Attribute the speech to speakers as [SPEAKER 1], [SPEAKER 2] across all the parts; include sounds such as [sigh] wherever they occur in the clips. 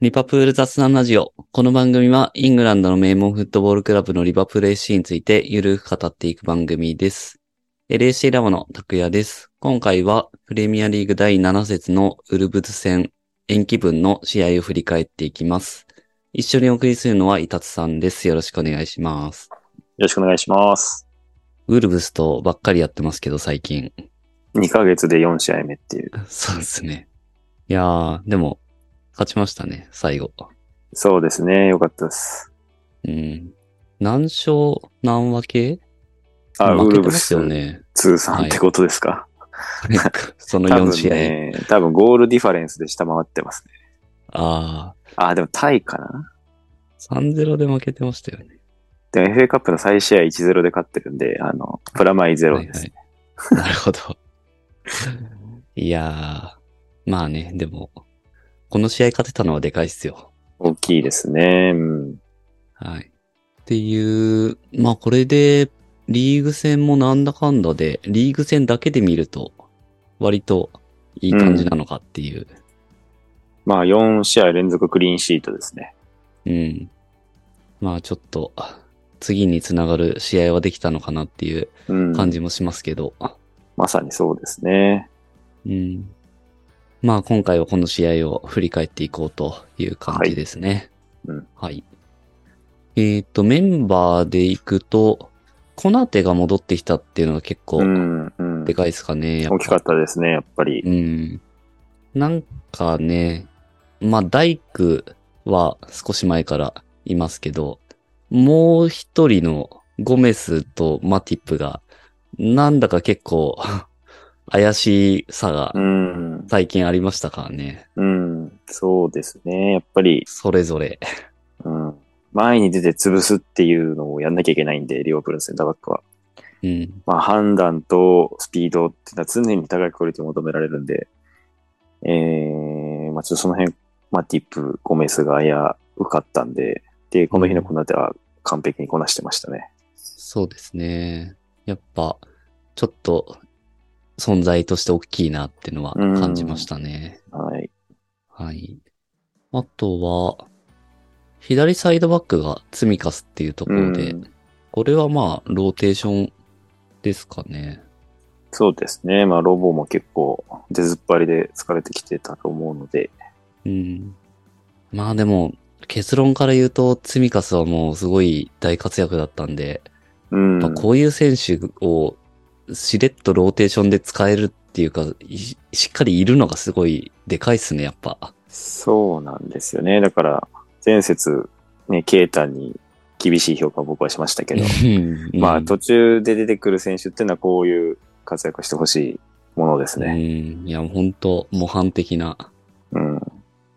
[SPEAKER 1] リバプール雑談ラジオ。この番組はイングランドの名門フットボールクラブのリバプール FC についてゆるく語っていく番組です。LAC ラボの拓也です。今回はプレミアリーグ第7節のウルブズ戦延期分の試合を振り返っていきます。一緒にお送りするのはイタツさんです。よろしくお願いします。
[SPEAKER 2] よろしくお願いします。
[SPEAKER 1] ウルブスとばっかりやってますけど最近。 [laughs]
[SPEAKER 2] 2ヶ月で4試合目っていう。
[SPEAKER 1] そうですね。いやー、でも勝ちましたね、最後。
[SPEAKER 2] そうですね。よかったです。
[SPEAKER 1] うん。何勝何分け
[SPEAKER 2] あ、
[SPEAKER 1] 負
[SPEAKER 2] ウ
[SPEAKER 1] けて
[SPEAKER 2] ルブ
[SPEAKER 1] ます
[SPEAKER 2] ス
[SPEAKER 1] よ [laughs] ね。
[SPEAKER 2] 通算ってことですか。
[SPEAKER 1] その
[SPEAKER 2] 多
[SPEAKER 1] 4
[SPEAKER 2] 分
[SPEAKER 1] 試合。
[SPEAKER 2] ね、多分ゴールディファレンスで下回ってますね。
[SPEAKER 1] あ
[SPEAKER 2] あ、でもタイかな。
[SPEAKER 1] あ、3-0で負けてましたよね。
[SPEAKER 2] でも FA カップの再試合1-0で勝ってるんで、あの、プラマイゼロで
[SPEAKER 1] は
[SPEAKER 2] す。
[SPEAKER 1] いはい、 [laughs] なるほど。いやー、まあね、でも、この試合勝てたのはでかいっすよ。
[SPEAKER 2] 大きいですね。うん。
[SPEAKER 1] はい。っていう、まあこれで、リーグ戦もなんだかんだで、リーグ戦だけで見ると、割といい感じなのかっていう。
[SPEAKER 2] まあ、4試合連続クリーンシートですね。
[SPEAKER 1] うん。まあちょっと、次につながる試合はできたのかなっていう
[SPEAKER 2] うん。
[SPEAKER 1] 感じもしますけど。
[SPEAKER 2] まさにそうですね。
[SPEAKER 1] うん。まあ今回はこの試合を振り返っていこうという感じですね。
[SPEAKER 2] はいうん
[SPEAKER 1] はい。えっ、と、メンバーでいくと、コナテが戻ってきたっていうのが結構
[SPEAKER 2] うん。うん
[SPEAKER 1] で。かいですかね。やっぱ
[SPEAKER 2] 大きかったですね、やっぱり。
[SPEAKER 1] うん。なんかね、まあ大工は少し前からいますけど、もう一人のゴメスとマティップが、なんだか結構 [laughs] 怪しさが
[SPEAKER 2] うん。
[SPEAKER 1] 最近ありましたからね。
[SPEAKER 2] うん。そうですね。やっぱり、
[SPEAKER 1] それぞれ。
[SPEAKER 2] うん前に出て潰すっていうのをやんなきゃいけないんで、リオプールのセンターバックは。
[SPEAKER 1] うん。
[SPEAKER 2] まあ、判断とスピードっていうのは常に高いクオリティを求められるんで、えー、まあ、ちょっとその辺、マティップ、ゴメスが危うかったんで、で、この日のこの手は完璧にこなしてましたね。
[SPEAKER 1] そうですね。やっぱ、ちょっと、存在として大きいなっていうのは感じましたね。
[SPEAKER 2] はい。
[SPEAKER 1] はい。あとは、左サイドバックが積みカスっていうところで、
[SPEAKER 2] うん
[SPEAKER 1] これはまあ、ローテーションですかね。
[SPEAKER 2] そうですね。まあ、ロボも結構出ずっぱりで疲れてきてたと思うので、
[SPEAKER 1] うん。まあでも、結論から言うと、積みカスはもうすごい大活躍だったんで、
[SPEAKER 2] うん。
[SPEAKER 1] まあこういう選手をしれっとローテーションで使えるっていうか、いしっかりいるのがすごいでかいっすね、やっぱ。
[SPEAKER 2] そうなんですよね。だから、前節、ね、ケータに厳しい評価を僕はしましたけど、
[SPEAKER 1] うん
[SPEAKER 2] まあ、途中で出てくる選手っていうのはこういう活躍をしてほしいものですね。
[SPEAKER 1] うん。いや、本当模範的な、
[SPEAKER 2] うん。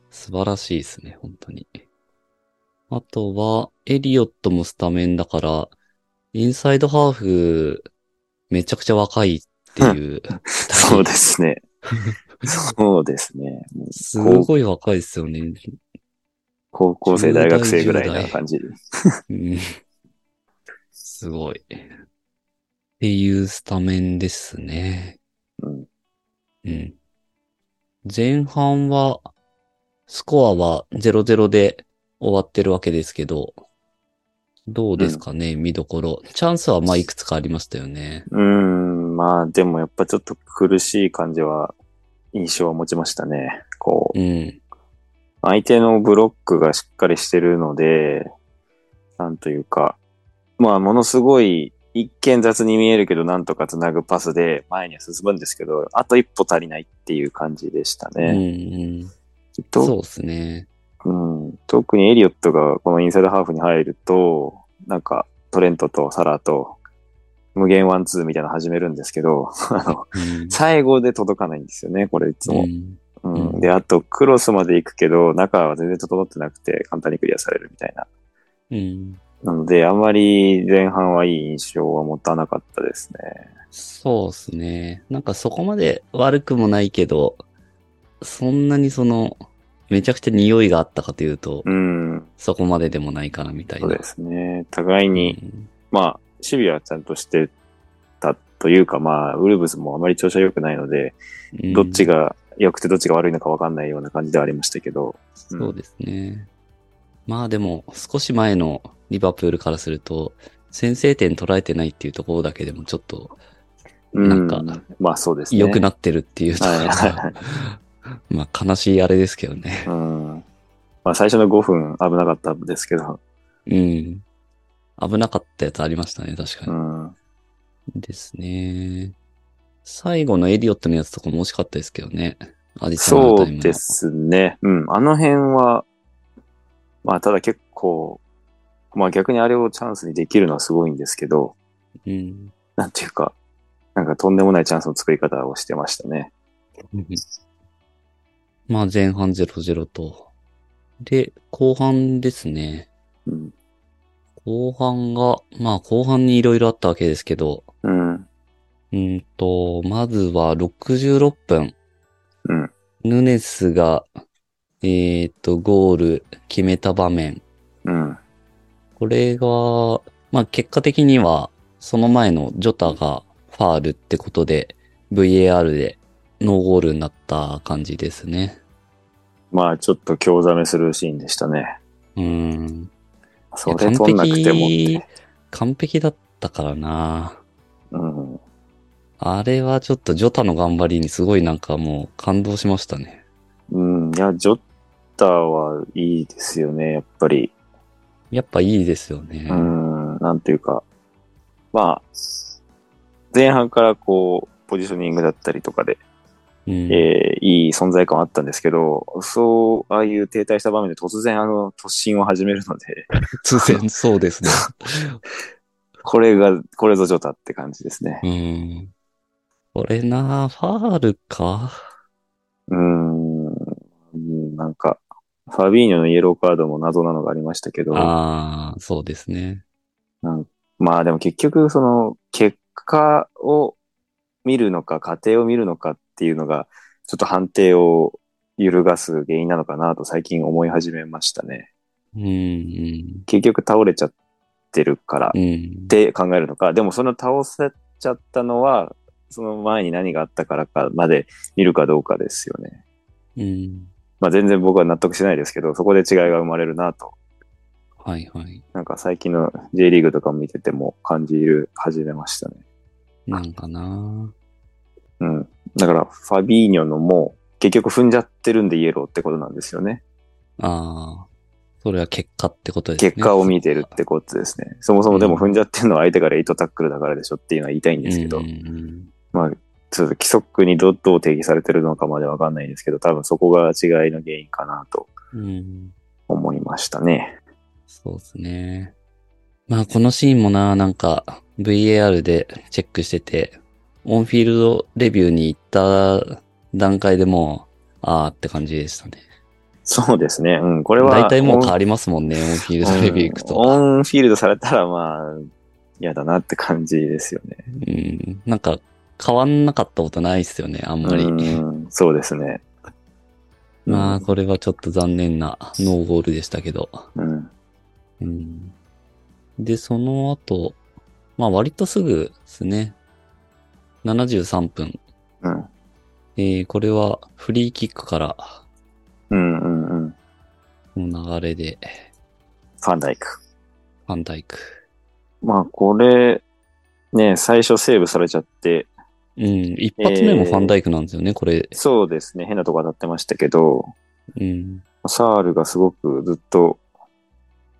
[SPEAKER 1] 素晴らしいですね、本当に。あとは、エリオットもスタメンだから、インサイドハーフ、めちゃくちゃ若いっていう。
[SPEAKER 2] そうですね。そうですね。
[SPEAKER 1] すごい若いですよね。
[SPEAKER 2] 高校生、
[SPEAKER 1] 10
[SPEAKER 2] 大学生ぐらい
[SPEAKER 1] 10
[SPEAKER 2] な
[SPEAKER 1] 代
[SPEAKER 2] 感じ。
[SPEAKER 1] うんすごい。っていうスタメンですね。
[SPEAKER 2] うん、
[SPEAKER 1] うん。前半は、スコアは0-0で終わってるわけですけど、どうですかね、見どころ。チャンスはまあいくつかありましたよね。
[SPEAKER 2] うん、まあ、でもやっぱちょっと苦しい感じは、印象は持ちましたね。こう、
[SPEAKER 1] うん。
[SPEAKER 2] 相手のブロックがしっかりしてるので、なんというか、まあ、ものすごい、一見雑に見えるけど、なんとかつなぐパスで前には進むんですけど、あと一歩足りないっていう感じでした
[SPEAKER 1] うん、う
[SPEAKER 2] ね。
[SPEAKER 1] ん。
[SPEAKER 2] と
[SPEAKER 1] そうですね。
[SPEAKER 2] うん、特にエリオットがこのインサイドハーフに入ると、なんかトレントとサラーと無限ワンツーみたいなの始めるんですけど、あの、
[SPEAKER 1] うん
[SPEAKER 2] 最後で届かないんですよね、これいつ
[SPEAKER 1] う
[SPEAKER 2] も。
[SPEAKER 1] ん。
[SPEAKER 2] うんで、あとクロスまで行くけど、中は全然整ってなくて簡単にクリアされるみたいな。
[SPEAKER 1] うん。
[SPEAKER 2] なので、あんまり前半はいい印象は持たなかったですね。
[SPEAKER 1] そうですね。なんかそこまで悪くもないけど、そんなにその、めちゃくちゃ匂いがあったかというと、
[SPEAKER 2] うん、
[SPEAKER 1] そこまででもないかなみたい
[SPEAKER 2] そ
[SPEAKER 1] な。
[SPEAKER 2] うですね。互いに、
[SPEAKER 1] うん
[SPEAKER 2] まあ、守備はちゃんとしてたというか、まあ、ウルブスもあまり調子は良くないので、
[SPEAKER 1] うん
[SPEAKER 2] どっちが良くてどっちが悪いのか分かんないような感じではありましたけど、うん
[SPEAKER 1] そうですね。まあでも、少し前のリバプールからすると、先制点捉えてないっていうところだけでもちょっとなんか
[SPEAKER 2] うんまあそうですね。
[SPEAKER 1] 良くなってるっていうところ
[SPEAKER 2] はいはい
[SPEAKER 1] が、 [laughs] まあ悲しいあれですけどね。
[SPEAKER 2] うん。まあ最初の5分危なかったんですけど、
[SPEAKER 1] うん。危なかったやつありましたね、確か
[SPEAKER 2] う
[SPEAKER 1] に。
[SPEAKER 2] ん。
[SPEAKER 1] ですね。最後のエリオットのやつとかも惜しかったですけどね。アディショナル
[SPEAKER 2] そ
[SPEAKER 1] タイム
[SPEAKER 2] う
[SPEAKER 1] の
[SPEAKER 2] ですね。うん。あの辺は、まあただ結構、まあ逆にあれをチャンスにできるのはすごいんですけど、
[SPEAKER 1] うん。 [laughs]
[SPEAKER 2] なんていうか、なんかとんでもないチャンスの作り方をしてましたね。
[SPEAKER 1] まあ前半0-0と。で、後半ですね。
[SPEAKER 2] うん。
[SPEAKER 1] 後半が、まあ後半にいろいろあったわけですけど、
[SPEAKER 2] うん。
[SPEAKER 1] うんと、まずは66分。
[SPEAKER 2] うん。
[SPEAKER 1] ヌネスが、えっと、ゴール決めた場面。
[SPEAKER 2] うん。
[SPEAKER 1] これが、まあ結果的には、その前のジョタがファールってことで、VAR でノーゴールになった感じですね。
[SPEAKER 2] まあちょっと興ざめするシーンでしたね。
[SPEAKER 1] うん。
[SPEAKER 2] それ取んなくてもっ
[SPEAKER 1] いや
[SPEAKER 2] て。
[SPEAKER 1] 完璧だったからな。
[SPEAKER 2] うん。
[SPEAKER 1] あれはちょっとジョタの頑張りにすごいなんかもう感動しましたね。
[SPEAKER 2] うん。いや、ジョッタはいいですよね、やっぱり。
[SPEAKER 1] やっぱいいですよね。
[SPEAKER 2] うん、なんていうか、まあ、前半からこう、ポジショニングだったりとかで、
[SPEAKER 1] うん
[SPEAKER 2] えーいい存在感はあったんですけど、そう、ああいう停滞した場面で突然あの突進を始めるので、
[SPEAKER 1] 突然そうです
[SPEAKER 2] [laughs]
[SPEAKER 1] ね。
[SPEAKER 2] これが、これぞジョタって感じですね。
[SPEAKER 1] うん。これな、ファールか。
[SPEAKER 2] うん、うんなんか、ファビーニョのイエローカードも謎なのがありましたけど、
[SPEAKER 1] ああ、そうですね。
[SPEAKER 2] まあでも結局、その、結果を見るのか、過程を見るのかっていうのが、ちょっと判定を揺るがす原因なのかなと最近思い始めましたね。
[SPEAKER 1] うん、うん。
[SPEAKER 2] 結局倒れちゃってるから
[SPEAKER 1] う
[SPEAKER 2] っ
[SPEAKER 1] ん。
[SPEAKER 2] て考えるのか、でもその倒せちゃったのは、その前に何があったからかまで見るかどうかですよね。
[SPEAKER 1] うん。
[SPEAKER 2] まあ全然僕は納得しないですけど、そこで違いが生まれるなと、
[SPEAKER 1] はいはい。
[SPEAKER 2] なんか最近の J リーグとかも見てても感じる、始めましたね。
[SPEAKER 1] なんかな。
[SPEAKER 2] うん。だから、ファビーニョのも、結局踏んじゃってるんでイエローってことなんですよね。
[SPEAKER 1] ああ。それは結果ってことですね。
[SPEAKER 2] 結果を見てるってことですね。そもそもでも踏んじゃってるのは相手から8タックルだからでしょっていうのは言いたいんですけど、
[SPEAKER 1] うんうん
[SPEAKER 2] まあ、ちょっと規則にどどう定義されてるのかまでわかんないんですけど、多分そこが違いの原因かなと
[SPEAKER 1] うん、うん。
[SPEAKER 2] 思いましたね。
[SPEAKER 1] そうですね。まあこのシーンもな、なんか VAR でチェックしてて、オンフィールドレビューに行った段階でもう、ああって感じでしたね。
[SPEAKER 2] そうですね。うん、これは。
[SPEAKER 1] 大体もう変
[SPEAKER 2] オン
[SPEAKER 1] わりますもんね、オンフィールドレビュー行く
[SPEAKER 2] うん
[SPEAKER 1] と。
[SPEAKER 2] オンフィールドされたら、まあ、嫌だなって感じですよね。
[SPEAKER 1] うん。なんか変わんなかったことないっすよね、あんまり。
[SPEAKER 2] うん、そうですね。
[SPEAKER 1] まあこれはちょっと残念なノーゴールでしたけど。
[SPEAKER 2] うん。
[SPEAKER 1] うん。で、その後、まあ割とすぐですね。73分。
[SPEAKER 2] うん。
[SPEAKER 1] えー、これはフリーキックから
[SPEAKER 2] うんうんうん。
[SPEAKER 1] の流れで、
[SPEAKER 2] ファンダイク。
[SPEAKER 1] ファンダイク。
[SPEAKER 2] まあ、これ、ね、最初セーブされちゃって、
[SPEAKER 1] うん、一発目もファンダイクなんですよね、これ。
[SPEAKER 2] そうですね、変なとこ当たってましたけど、
[SPEAKER 1] うん。
[SPEAKER 2] サールがすごくずっと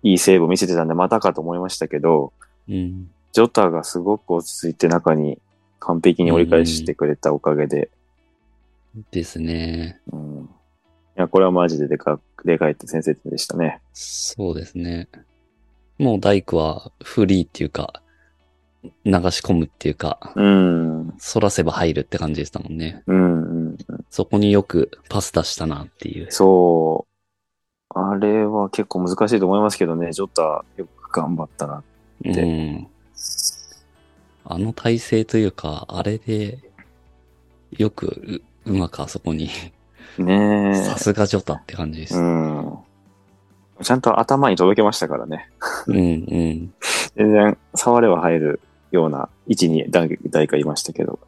[SPEAKER 2] いいセーブを見せてたんで、またかと思いましたけど、
[SPEAKER 1] うん。
[SPEAKER 2] ジョタがすごく落ち着いて中に完璧に折り返してくれたおかげで、
[SPEAKER 1] ですね。
[SPEAKER 2] うんいや、これはマジででか、でかいって先生でしたね。
[SPEAKER 1] そうですね。もうダイクはフリーっていうか、流し込むっていうか、
[SPEAKER 2] うん、うん、
[SPEAKER 1] 反らせば入るって感じでしたもんね。
[SPEAKER 2] うん。
[SPEAKER 1] そこによくパス出したなっていう。
[SPEAKER 2] そう。あれは結構難しいと思いますけどね、ジョタよく頑張ったな。で
[SPEAKER 1] うん。あの体勢というか、あれで、よくう、うまくあそこに、
[SPEAKER 2] ねえ。
[SPEAKER 1] さすがジョタって感じです。
[SPEAKER 2] う
[SPEAKER 1] うん、
[SPEAKER 2] ん。ちゃんと頭に届けましたからね。
[SPEAKER 1] うん、
[SPEAKER 2] 全然、触れは入るような位置に誰誰かいましたけど。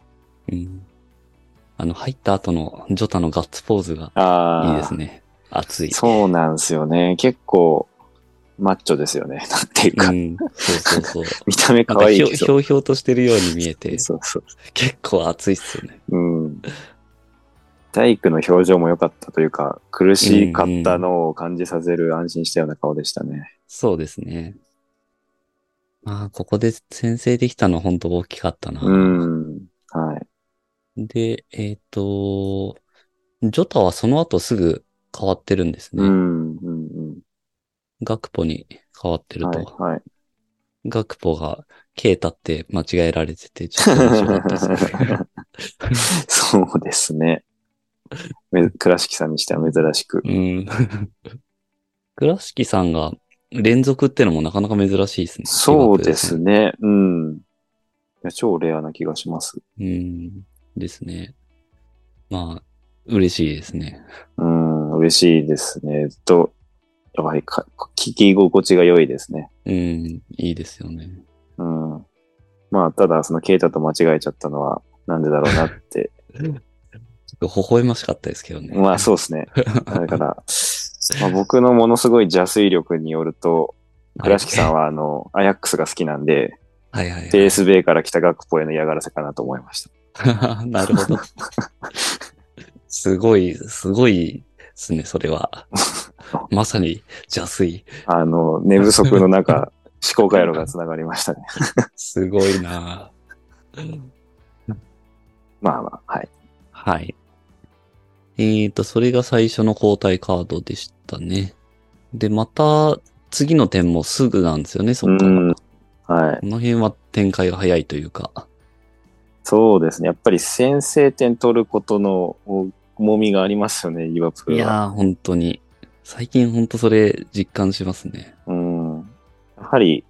[SPEAKER 1] うん。あの、入った後のジョタのガッツポーズが
[SPEAKER 2] あ
[SPEAKER 1] い
[SPEAKER 2] あ、
[SPEAKER 1] いですね。熱い。
[SPEAKER 2] そうなんですよね。結構、マッチョですよね。 [laughs] なんていうか、
[SPEAKER 1] ん。そうそうそう。
[SPEAKER 2] 見た
[SPEAKER 1] なん
[SPEAKER 2] 目 [laughs] 可
[SPEAKER 1] か
[SPEAKER 2] 愛
[SPEAKER 1] ひょ
[SPEAKER 2] いけ
[SPEAKER 1] ひ
[SPEAKER 2] ど。
[SPEAKER 1] ょうひょうとしてるように見えて、
[SPEAKER 2] そうそう。
[SPEAKER 1] 結構熱いっすよね。
[SPEAKER 2] うん。体育の表情も良かったというか、苦しかったのを感じさせる安心したような顔でしたね。
[SPEAKER 1] そうですね。まあ、ここで先生できたの本当大きかったな。
[SPEAKER 2] うん。はい。
[SPEAKER 1] で、えっ、と、ジョタはその後すぐ変わってるんですね。
[SPEAKER 2] うん。うん。うん。
[SPEAKER 1] 学ポに変わってる
[SPEAKER 2] はい。
[SPEAKER 1] と。
[SPEAKER 2] はい。 [laughs]
[SPEAKER 1] 学ポが、ケータって間違えられてて、ちょっと面白かったですね。
[SPEAKER 2] [laughs] そうですね。め倉敷さんにしては珍しく。
[SPEAKER 1] うん。倉敷さんが連続ってのもなかなか珍しいですね。
[SPEAKER 2] そうで
[SPEAKER 1] 疑
[SPEAKER 2] すね。うん。いや超レアな気がします。
[SPEAKER 1] 惑ですね。うん。ですね。まあ、嬉しいですね。
[SPEAKER 2] うん、嬉しいですね。ずっと、やはりか聞き心地が良いですね。
[SPEAKER 1] うん、いいですよね。
[SPEAKER 2] うん。まあ、ただ、そのケイタと間違えちゃったのは、なんでだろうなって。 [laughs]
[SPEAKER 1] ちょっと微笑ましかったですけどね。
[SPEAKER 2] まあ、そうですね。だから、まあ、僕のものすごい邪推力によると、倉敷さんは、あの、アヤックスが好きなんで、
[SPEAKER 1] はいはいはい。
[SPEAKER 2] PSB から来た学ポへの嫌がらせかなと思いました。
[SPEAKER 1] [laughs] なるほど。すごい、すごいですね、それ
[SPEAKER 2] [laughs]
[SPEAKER 1] は。まさに邪推。
[SPEAKER 2] あの、寝不足の [laughs] 中、思考回路が繋がりましたね。
[SPEAKER 1] すごいな
[SPEAKER 2] まあまあ、はい。
[SPEAKER 1] はい。えーと、それが最初の交代カードでしたね。で、また、次の点もすぐなんですよね、そっか
[SPEAKER 2] う
[SPEAKER 1] ら。
[SPEAKER 2] ん。はい。
[SPEAKER 1] この辺は展開が早いというか。
[SPEAKER 2] そうですね。やっぱり先制点取ることの重みがありますよね、リバプー
[SPEAKER 1] い
[SPEAKER 2] ルは。
[SPEAKER 1] やー、本当に。最近本当それ実感しますね。
[SPEAKER 2] うん。やはり、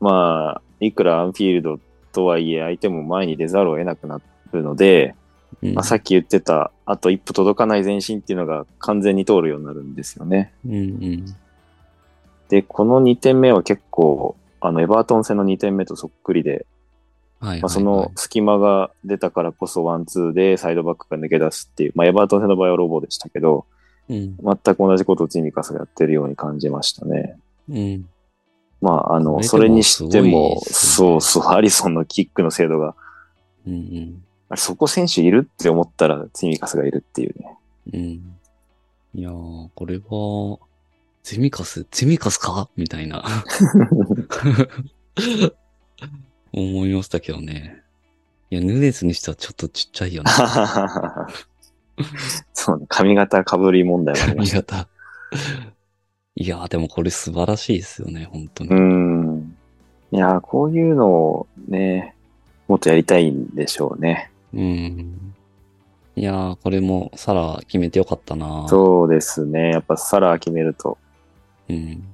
[SPEAKER 2] まあ、いくらアンフィールドとはいえ、相手も前に出ざるを得なくなるので、
[SPEAKER 1] うん
[SPEAKER 2] まあ、さっき言ってた、あと一歩届かない前進っていうのが完全に通るようになるんですよね。
[SPEAKER 1] うんうん。
[SPEAKER 2] で、この2点目は結構、あの、エバートン戦の2点目とそっくりで、
[SPEAKER 1] はいはい、はい。
[SPEAKER 2] まあ、その隙間が出たからこそワンツーでサイドバックが抜け出すっていう、まあ、エバートン戦の場合はロボでしたけど、
[SPEAKER 1] うん。
[SPEAKER 2] 全く同じことをチミカスがやってるように感じましたね。
[SPEAKER 1] うん。
[SPEAKER 2] まあ、あの、
[SPEAKER 1] そ
[SPEAKER 2] そ
[SPEAKER 1] れ
[SPEAKER 2] れ
[SPEAKER 1] でも
[SPEAKER 2] に
[SPEAKER 1] すご
[SPEAKER 2] し
[SPEAKER 1] い
[SPEAKER 2] ても、
[SPEAKER 1] ですね
[SPEAKER 2] そうそう、アリソンのキックの精度が、
[SPEAKER 1] うんうん。
[SPEAKER 2] あれそこ選手いるって思ったら、チミカスがいるっていう
[SPEAKER 1] [laughs]
[SPEAKER 2] ね。
[SPEAKER 1] うん。いやー、これは、ゼミカス、ゼミカスかみたいな。 [laughs] 思いましたけどね。いや、ヌネスにしてはちょっとちっちゃいよね。
[SPEAKER 2] そうね、髪型かぶり問題もありま
[SPEAKER 1] 髪
[SPEAKER 2] した。
[SPEAKER 1] 型。 [laughs] いやー、でもこれ素晴らしいですよね、本当 [laughs] に
[SPEAKER 2] う。ん。いやー、こういうのをね、もっとやりたいんでしょうね。
[SPEAKER 1] うん。いやー、これもサラ決めてよかったな
[SPEAKER 2] そうですね。やっぱサラー決めると、 [laughs]
[SPEAKER 1] うん。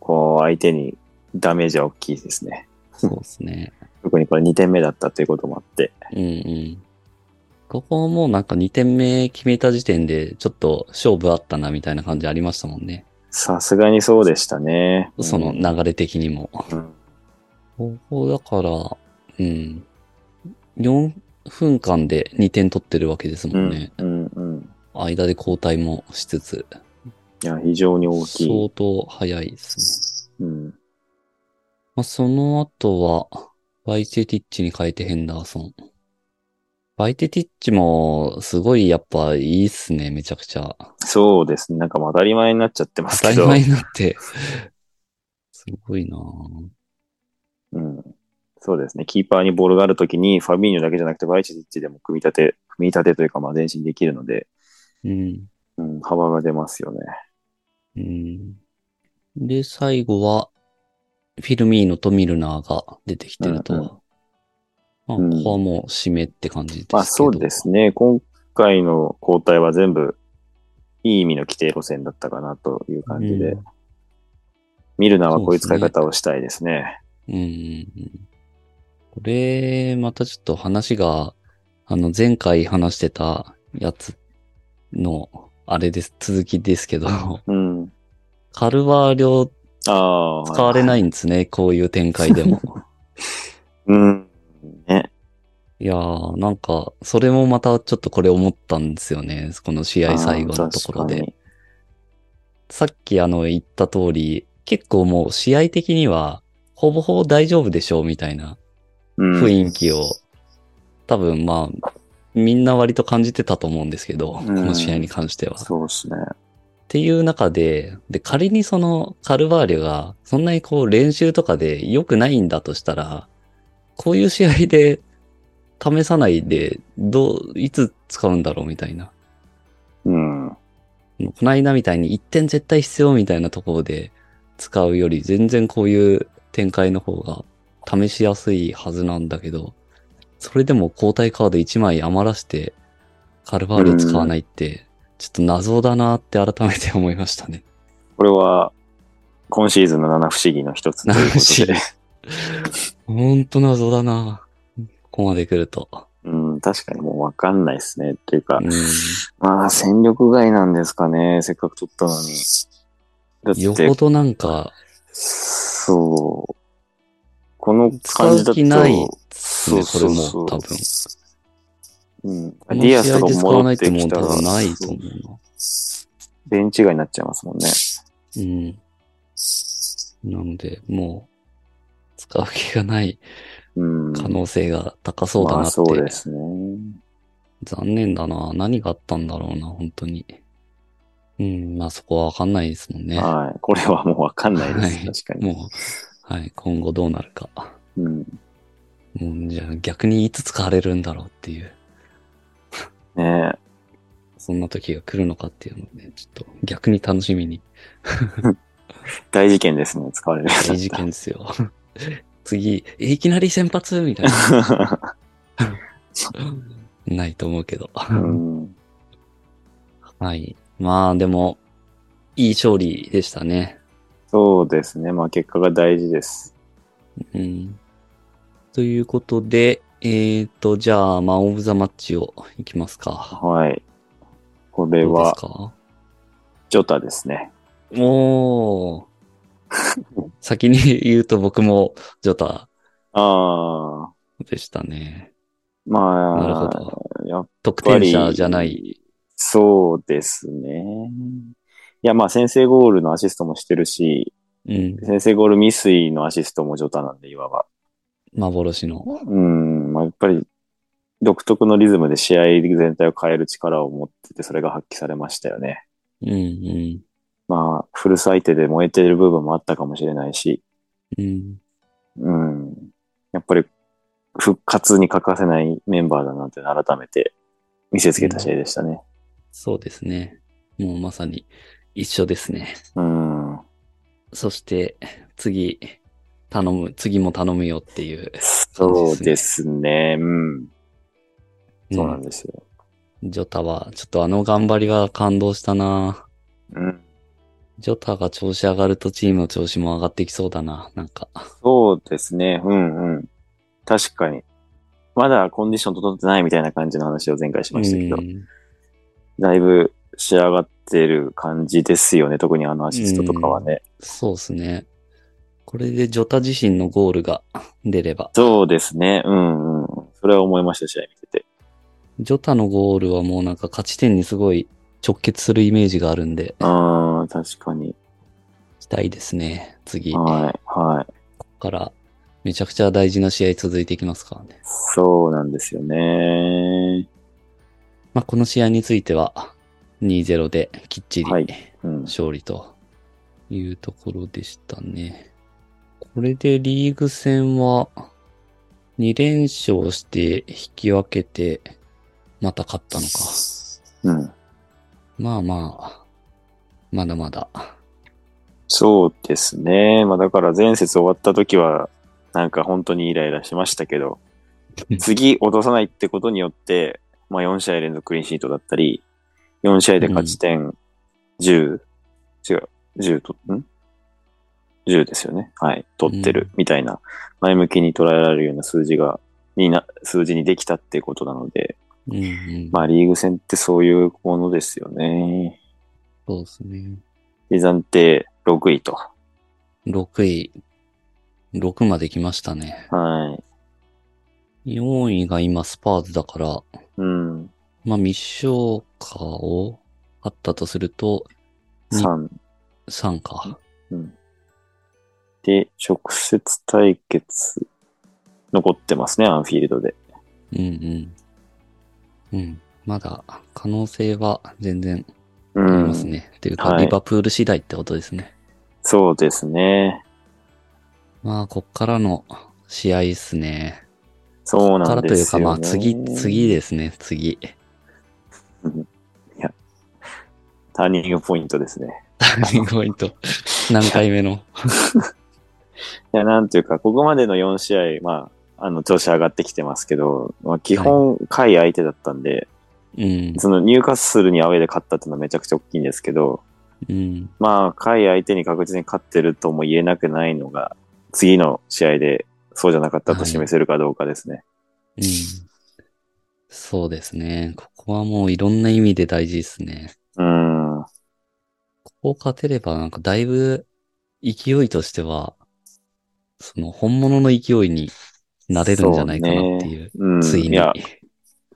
[SPEAKER 2] こう、相手にダメージは大きいですね。
[SPEAKER 1] そうですね。
[SPEAKER 2] 特にこれ2点目だったということもあって。
[SPEAKER 1] うんうん。ここもなんか2点目決めた時点で、ちょっと勝負あったなみたいな感じありましたもんね。
[SPEAKER 2] さすがにそうでしたね。
[SPEAKER 1] その流れ的にも。
[SPEAKER 2] うん、
[SPEAKER 1] ここだから、うん。4分間で2点取ってるわけです
[SPEAKER 2] う
[SPEAKER 1] もん
[SPEAKER 2] ん
[SPEAKER 1] ね。、
[SPEAKER 2] うん、うん。
[SPEAKER 1] 間で交代もしつつ、
[SPEAKER 2] いや、非常に大きい。
[SPEAKER 1] 相当早いですね。
[SPEAKER 2] うん、
[SPEAKER 1] まあ、その後は、バイテティッチに変えてヘンダーソン。バイテティッチも、すごいやっぱいいっすね、めちゃくちゃ。
[SPEAKER 2] そうですね。なんかもう当たり前になっちゃってます
[SPEAKER 1] 当た
[SPEAKER 2] け
[SPEAKER 1] り
[SPEAKER 2] ど。
[SPEAKER 1] 前になって。 [laughs] すごいなぁ
[SPEAKER 2] うん、そうですね。キーパーにボールがあるときに、ファミーニョだけじゃなくて、バイチェティッチでも組み立て、組み立てというか、まあ、前進できるので、
[SPEAKER 1] うん。
[SPEAKER 2] うん、幅が出ますよね。
[SPEAKER 1] うん。で、最後は、フィルミーノとミルナーが出てきてると。
[SPEAKER 2] うんうんうん
[SPEAKER 1] まあ、ここはもう締めって感じですけど。
[SPEAKER 2] まあ、そうですね。今回の交代は全部、いい意味の規定路線だったかなという感じで、
[SPEAKER 1] うん
[SPEAKER 2] 見るなはこういう使い方をしたいですね。
[SPEAKER 1] うんうんうん。これ、またちょっと話が、あの、前回話してたやつの、あれです、続きですけど、
[SPEAKER 2] うん。
[SPEAKER 1] カルバーリョ
[SPEAKER 2] ああ。
[SPEAKER 1] 使われないんですね、こういう展開でも。
[SPEAKER 2] うん。ね。
[SPEAKER 1] いやー、なんか、それもまたちょっとこれ思ったんですよね、この試合最後のところ
[SPEAKER 2] あー
[SPEAKER 1] で。。さっきあの言った通り、結構もう試合的には、ほぼほぼ大丈夫でしょうみたいな
[SPEAKER 2] うん。
[SPEAKER 1] 雰囲気を、多分まあ、みんな割と感じてたと思うんですけど、
[SPEAKER 2] ん
[SPEAKER 1] この試合に関しては。
[SPEAKER 2] そうですね。
[SPEAKER 1] っていう中で、で、仮にそのカルバーリョが、そんなにこう練習とかで良くないんだとしたら、こういう試合で試さないで、どう、いつ使うんだろうみたいな。
[SPEAKER 2] うん。
[SPEAKER 1] この間みたいに1点絶対必要みたいなところで使うより、全然こういう展開の方が試しやすいはずなんだけど、それでも交代カード1枚余らして、カルバーリョ使わないって、ちょっと謎だなって改めて思いましたね。
[SPEAKER 2] これは、今シーズンの七不思議の一つということで。
[SPEAKER 1] ほんと謎だな。ここまで来ると。
[SPEAKER 2] うん、確かにもうわかんないですね。っていうか、
[SPEAKER 1] うん
[SPEAKER 2] まあ戦力外なんですかね。せっかく取ったのに。だ
[SPEAKER 1] よ
[SPEAKER 2] っ
[SPEAKER 1] ほ
[SPEAKER 2] て、
[SPEAKER 1] どなんか、
[SPEAKER 2] そう。この
[SPEAKER 1] 使
[SPEAKER 2] 感じだ
[SPEAKER 1] う
[SPEAKER 2] と。
[SPEAKER 1] 気ないっす
[SPEAKER 2] そ
[SPEAKER 1] ね、
[SPEAKER 2] う
[SPEAKER 1] こ
[SPEAKER 2] そ
[SPEAKER 1] れ
[SPEAKER 2] う
[SPEAKER 1] も
[SPEAKER 2] そう。
[SPEAKER 1] 多分。
[SPEAKER 2] うん。デ
[SPEAKER 1] この
[SPEAKER 2] ィアス
[SPEAKER 1] 試
[SPEAKER 2] とか
[SPEAKER 1] 合で使わ
[SPEAKER 2] 戻
[SPEAKER 1] ない
[SPEAKER 2] っ
[SPEAKER 1] って
[SPEAKER 2] て
[SPEAKER 1] も
[SPEAKER 2] き
[SPEAKER 1] う
[SPEAKER 2] た
[SPEAKER 1] 多
[SPEAKER 2] ら、
[SPEAKER 1] 分ないと思
[SPEAKER 2] ベンチ外になっちゃいますもんね。
[SPEAKER 1] うな。うん。なので、もう、使う気がない
[SPEAKER 2] うん。
[SPEAKER 1] 可能性が高そうだ
[SPEAKER 2] ま
[SPEAKER 1] なっ
[SPEAKER 2] あ
[SPEAKER 1] て。
[SPEAKER 2] そうですね。
[SPEAKER 1] 残念だな。何があったんだろうな、本当に。うん、まあそこはわかんないですもんね。
[SPEAKER 2] はい。これはもうわかんない
[SPEAKER 1] は
[SPEAKER 2] で
[SPEAKER 1] い
[SPEAKER 2] す。確かに。
[SPEAKER 1] もう、はい、今後どうなるか。
[SPEAKER 2] うん。
[SPEAKER 1] もうじゃあ逆にいつ使われるんだろうっていう。
[SPEAKER 2] ねえ
[SPEAKER 1] そんな時が来るのかっていうのをね、ちょっと逆に楽しみに。
[SPEAKER 2] 大事件ですね。使われる。
[SPEAKER 1] 大事件ですよ。 [laughs] 次、えいきなり先発みたい
[SPEAKER 2] [laughs]
[SPEAKER 1] な。ないと思うけど。
[SPEAKER 2] うん。
[SPEAKER 1] はい。まあでも、いい勝利でしたね。
[SPEAKER 2] そうですね。まあ結果が大事です。
[SPEAKER 1] うん。ということで、えーと、じゃあ、まあ、オブザマッチをいきますか。
[SPEAKER 2] はい。これ
[SPEAKER 1] どうです
[SPEAKER 2] は、
[SPEAKER 1] か
[SPEAKER 2] ジョタですね。
[SPEAKER 1] おー。
[SPEAKER 2] [laughs]
[SPEAKER 1] 先に言うと僕もジョタ
[SPEAKER 2] ああ、
[SPEAKER 1] でしたね。
[SPEAKER 2] まあ、
[SPEAKER 1] なるほど。
[SPEAKER 2] やっ
[SPEAKER 1] 得
[SPEAKER 2] ぱ
[SPEAKER 1] 点
[SPEAKER 2] り、
[SPEAKER 1] 者じゃない。。
[SPEAKER 2] そうですね。いや、まあ先制ゴールのアシストもしてるし、
[SPEAKER 1] うん。
[SPEAKER 2] 先制ゴール未遂のアシストもジョタなんで、いわば。
[SPEAKER 1] 幻の。
[SPEAKER 2] うん、まあやっぱり、独特のリズムで試合全体を変える力を持ってて、それが発揮されましたよね。
[SPEAKER 1] うんうん。
[SPEAKER 2] まあ、古巣相手で燃えてる部分もあったかもしれないし、
[SPEAKER 1] うん。
[SPEAKER 2] うん。やっぱり復活に欠かせないメンバーだなって改めて見せつけた試合でしたね。
[SPEAKER 1] そうですね。もうまさに一緒ですね。
[SPEAKER 2] うん。
[SPEAKER 1] そして、次、頼む、次も頼むよっていう。
[SPEAKER 2] そうですね。うん。そうなん
[SPEAKER 1] ん
[SPEAKER 2] ですよ。
[SPEAKER 1] ジョタは、ちょっとあの頑張りは感動したな
[SPEAKER 2] うん。
[SPEAKER 1] ジョタが調子上がるとチームの調子も上がってきそうだな。なんか。
[SPEAKER 2] そうですね。うんうん。確かに。まだコンディション整ってないみたいな感じの話を前回しましたけど、
[SPEAKER 1] うん
[SPEAKER 2] だいぶ仕上がってる感じですよね。特にあのアシストとかはね。
[SPEAKER 1] そうですね。これでジョタ自身のゴールが出れば。
[SPEAKER 2] そうですね。うんうん。それは思いました、試合見てて。
[SPEAKER 1] ジョタのゴールはもうなんか勝ち点にすごい直結するイメージがあるんで、
[SPEAKER 2] うん、確かに。
[SPEAKER 1] 期待ですね。次。
[SPEAKER 2] はい、はい。
[SPEAKER 1] から、めちゃくちゃ大事な試合続いていきますからね。
[SPEAKER 2] そうなんですよね。
[SPEAKER 1] まあ、この試合については、2-0できっちり
[SPEAKER 2] はいうん。
[SPEAKER 1] 勝利というところでしたね。これでリーグ戦は、2連勝して引き分けて、また勝ったのか。
[SPEAKER 2] うん。
[SPEAKER 1] まあまあ、まだまだ。
[SPEAKER 2] そうですね。まあだから前節終わった時は、なんか本当にイライラしましたけど、次落とさないってことによって、まあ4試合連続クリーンシートだったり、4試合で勝ち点10、違う、10と、ん ?10 ですよね。はい。取って
[SPEAKER 1] うん
[SPEAKER 2] るみたいな、前向きに捉えられるような数字が、にな、数字にできたってことなので、
[SPEAKER 1] うんうん。
[SPEAKER 2] まあリーグ戦ってそういうものですよね。
[SPEAKER 1] そうですね。
[SPEAKER 2] で、暫定6位と。
[SPEAKER 1] 6位、6まで来ましたね。
[SPEAKER 2] はい。
[SPEAKER 1] 4位が今スパーズだから、
[SPEAKER 2] うん。
[SPEAKER 1] まあ、未消化をあったとすると、
[SPEAKER 2] 3。
[SPEAKER 1] 3か。
[SPEAKER 2] で、直接対決、残ってますね、アンフィールドで。
[SPEAKER 1] うんうん。うん。まだ可能性は全然
[SPEAKER 2] う
[SPEAKER 1] あり
[SPEAKER 2] ん。
[SPEAKER 1] ますね。というか、
[SPEAKER 2] はい
[SPEAKER 1] リバプール次第ってことですね。
[SPEAKER 2] そうですね。
[SPEAKER 1] まあ、こっからの試合ですね。
[SPEAKER 2] そう
[SPEAKER 1] こっか
[SPEAKER 2] な
[SPEAKER 1] ら
[SPEAKER 2] ん
[SPEAKER 1] と
[SPEAKER 2] で
[SPEAKER 1] いう
[SPEAKER 2] す
[SPEAKER 1] か、
[SPEAKER 2] よ、ね。
[SPEAKER 1] まあ、次、。次ですね、
[SPEAKER 2] [laughs]
[SPEAKER 1] 次。
[SPEAKER 2] ターニングポイントですね。
[SPEAKER 1] ターニングポイント。何回目の。
[SPEAKER 2] いや、なんていうか、ここまでの4試合、まあ、あの、調子上がってきてますけど、まあ、基本、下位相手だったんで、
[SPEAKER 1] うん。
[SPEAKER 2] その、入荷するにアウェイで勝ったっていうのはめちゃくちゃ大きいんですけど、
[SPEAKER 1] うん。
[SPEAKER 2] まあ、下位相手に確実に勝ってるとも言えなくないのが、次の試合でそうじゃなかったと示せるかどうかですね。
[SPEAKER 1] うん。そうですね。ここはもういろんな意味で大事ですね。
[SPEAKER 2] うん。
[SPEAKER 1] ここ勝てれば、なんかだいぶ勢いとしては、その本物の勢いになれるんじゃないかなっていう。
[SPEAKER 2] うん。
[SPEAKER 1] つい
[SPEAKER 2] い
[SPEAKER 1] に、
[SPEAKER 2] や、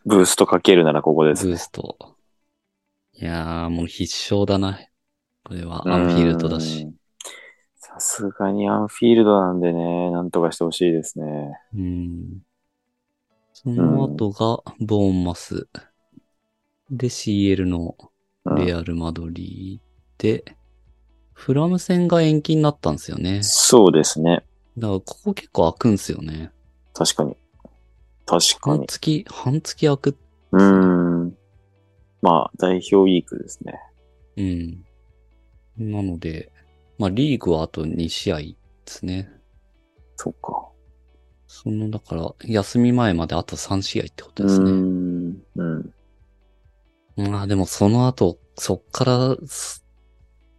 [SPEAKER 2] ブーストかけるならここ
[SPEAKER 1] ブ
[SPEAKER 2] です。
[SPEAKER 1] ースト。いやー、もう必勝だな。これはアンフィールドだし
[SPEAKER 2] う。ん。さすがにアンフィールドなんでね、なんとかしてほしいですね。
[SPEAKER 1] うん。その後が、ボーンマス。で、CL の
[SPEAKER 2] うん
[SPEAKER 1] レアル・マドリーで、フラム戦が延期になったんですよね。
[SPEAKER 2] そうですね。
[SPEAKER 1] だから、ここ結構開くんですよね。
[SPEAKER 2] 確かに。確か
[SPEAKER 1] 半
[SPEAKER 2] に。
[SPEAKER 1] 月、半月開く。
[SPEAKER 2] うーん。まあ、代表ウィークですね。
[SPEAKER 1] うん。なので、まあ、リーグはあと2試合ですね。
[SPEAKER 2] そっか。
[SPEAKER 1] その、だから、休み前まであと3試合ってこと
[SPEAKER 2] う
[SPEAKER 1] ですね。
[SPEAKER 2] ーん。うん。
[SPEAKER 1] まあでもその後、そっからす、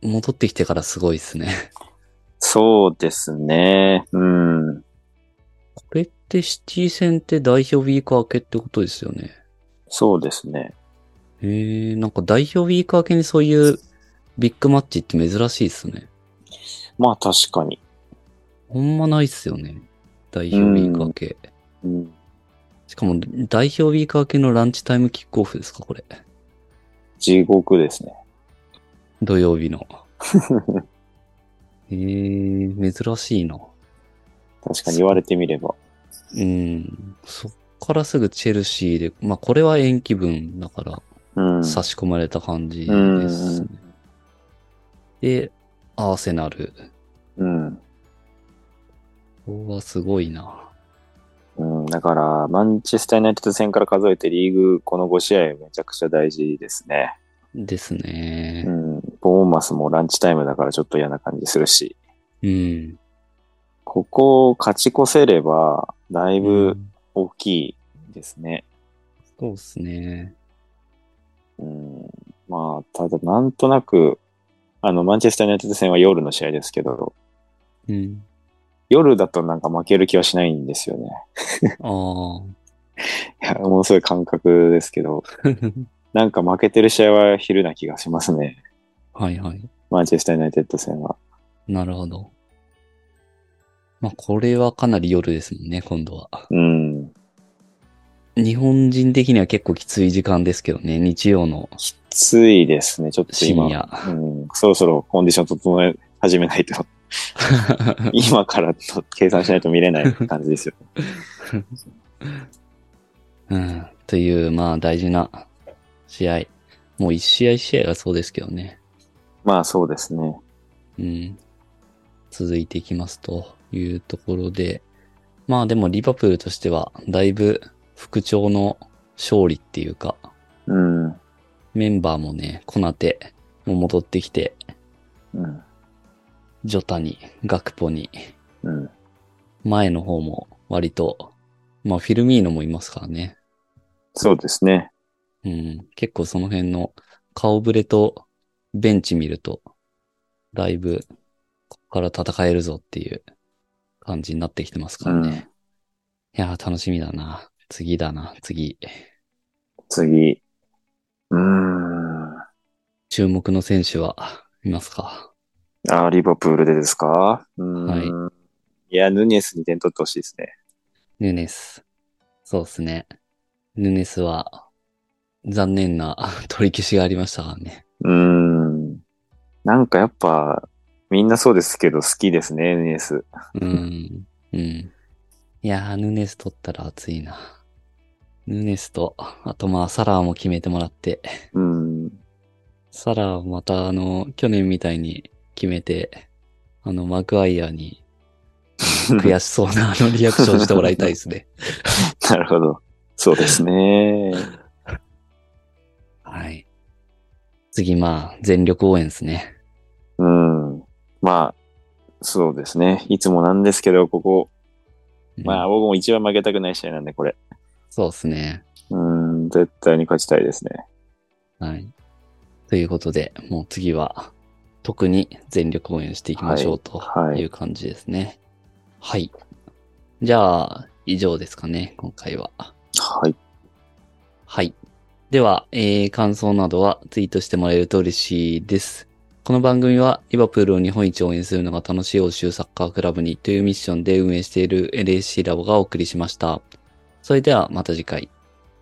[SPEAKER 1] 戻ってきてからすごいですね。
[SPEAKER 2] そうですね。うん。
[SPEAKER 1] これってシティ戦って代表ウィーク明けってことですよね。
[SPEAKER 2] そうですね。
[SPEAKER 1] へえ、なんか代表ウィーク明けにそういうビッグマッチって珍しいですね。
[SPEAKER 2] まあ、確かに。
[SPEAKER 1] ほんまないっすよね。代表ウィーク明け。
[SPEAKER 2] うん。
[SPEAKER 1] しかも代表ウィーク明けのランチタイムキックオフですか、これ。
[SPEAKER 2] 地獄ですね。
[SPEAKER 1] 土曜日の。へえ、珍しいな。
[SPEAKER 2] 確かに言われてみれば。
[SPEAKER 1] うん。そっからすぐチェルシーで、まあこれは延期分だから、
[SPEAKER 2] うん。
[SPEAKER 1] 差し込まれた感じ
[SPEAKER 2] う
[SPEAKER 1] ですね。
[SPEAKER 2] ん。
[SPEAKER 1] で、アーセナル。
[SPEAKER 2] うん。
[SPEAKER 1] ここはすごいな。
[SPEAKER 2] うん、だから、マンチェスター・ユナイテッド戦から数えてリーグ、この5試合めちゃくちゃ大事ですね。
[SPEAKER 1] です
[SPEAKER 2] う
[SPEAKER 1] ね。
[SPEAKER 2] ん。ボーンマスもランチタイムだからちょっと嫌な感じするし、
[SPEAKER 1] うん。
[SPEAKER 2] ここを勝ち越せれば、だいぶ大きいですね。
[SPEAKER 1] そうですね。
[SPEAKER 2] うん、まあ、ただ、なんとなく、あの、マンチェスター・ユナイテッド戦は夜の試合ですけど、
[SPEAKER 1] うん。
[SPEAKER 2] 夜だとなんか負ける気はしないんですよね。 [laughs]
[SPEAKER 1] ああ。
[SPEAKER 2] いや、ものすごい感覚ですけど、なんか負けてる試合は昼な気がしますね。
[SPEAKER 1] [laughs] はいはい。
[SPEAKER 2] マンチェスター・ユナイテッド戦は。
[SPEAKER 1] なるほど。まあ、これはかなり夜ですもんね、今度は。
[SPEAKER 2] うん。
[SPEAKER 1] 日本人的には結構きつい時間ですけどね、日曜の [laughs]
[SPEAKER 2] きついですね、ちょっと
[SPEAKER 1] 深
[SPEAKER 2] 今。
[SPEAKER 1] 夜。
[SPEAKER 2] うん、そろそろコンディション整え始めな
[SPEAKER 1] [laughs]
[SPEAKER 2] いと、今からと計算しないと見れない感じで
[SPEAKER 1] [laughs]
[SPEAKER 2] すよ。
[SPEAKER 1] うん。という、まあ、大事な試合。もう一試合一試合がそうですけどね。
[SPEAKER 2] まあそうですね。
[SPEAKER 1] うん。続いていきますというところで、まあでもリバプールとしては、だいぶ復調の勝利っていうか、
[SPEAKER 2] うん。う
[SPEAKER 1] メンバーもね、コナテも戻ってきて、
[SPEAKER 2] ん。
[SPEAKER 1] ジョタに、ガクポに、
[SPEAKER 2] うん。
[SPEAKER 1] 前の方も割と、まあフィルミーノもいますからね。
[SPEAKER 2] そうですね。
[SPEAKER 1] うん。結構その辺の顔ぶれとベンチ見ると、だいぶここから戦えるぞっていう感じになってきてますからね。いやー楽しみだな。次だな、次。
[SPEAKER 2] 次。うーん。
[SPEAKER 1] 注目の選手はいますか
[SPEAKER 2] あー、リバプールでですかうーん。
[SPEAKER 1] はい
[SPEAKER 2] いや、ヌニエスに点取ってほしいですね。
[SPEAKER 1] ヌネス。そうですね。ヌネス [laughs] は残念な取り消しがありましたからね。
[SPEAKER 2] うーん。なんかやっぱ、みんなそうですけど好きですね、ヌネス。
[SPEAKER 1] うん。うん。いやー、ヌネス取ったら熱いな。ヌネスと、あとまあ、サラーも決めてもらって。
[SPEAKER 2] うん。
[SPEAKER 1] サラーまたあの、去年みたいに決めて、あの、マグワイアに悔しそうなあのリアクションしてもらいたいですね。
[SPEAKER 2] なるほど。そうですね。
[SPEAKER 1] はい。次、まあ、全力応援ですね。
[SPEAKER 2] うん。まあ、そうですね。いつもなんですけど、ここ、
[SPEAKER 1] うん
[SPEAKER 2] まあ、僕も一番負けたくない試合なんで、これ。
[SPEAKER 1] そうですね。
[SPEAKER 2] うん、絶対に勝ちたいですね。
[SPEAKER 1] はい。ということで、もう次は、特に全力応援していきましょうと
[SPEAKER 2] はい
[SPEAKER 1] いう感じですね。はい。じゃあ、以上ですかね、今回は。
[SPEAKER 2] はい。
[SPEAKER 1] はい。では、えー感想などはツイートしてもらえると嬉しいです。この番組は、リバプールを日本一応援するのが楽しい欧州サッカークラブにというミッションで運営している LAC ラボがお送りしました。それではまた次回。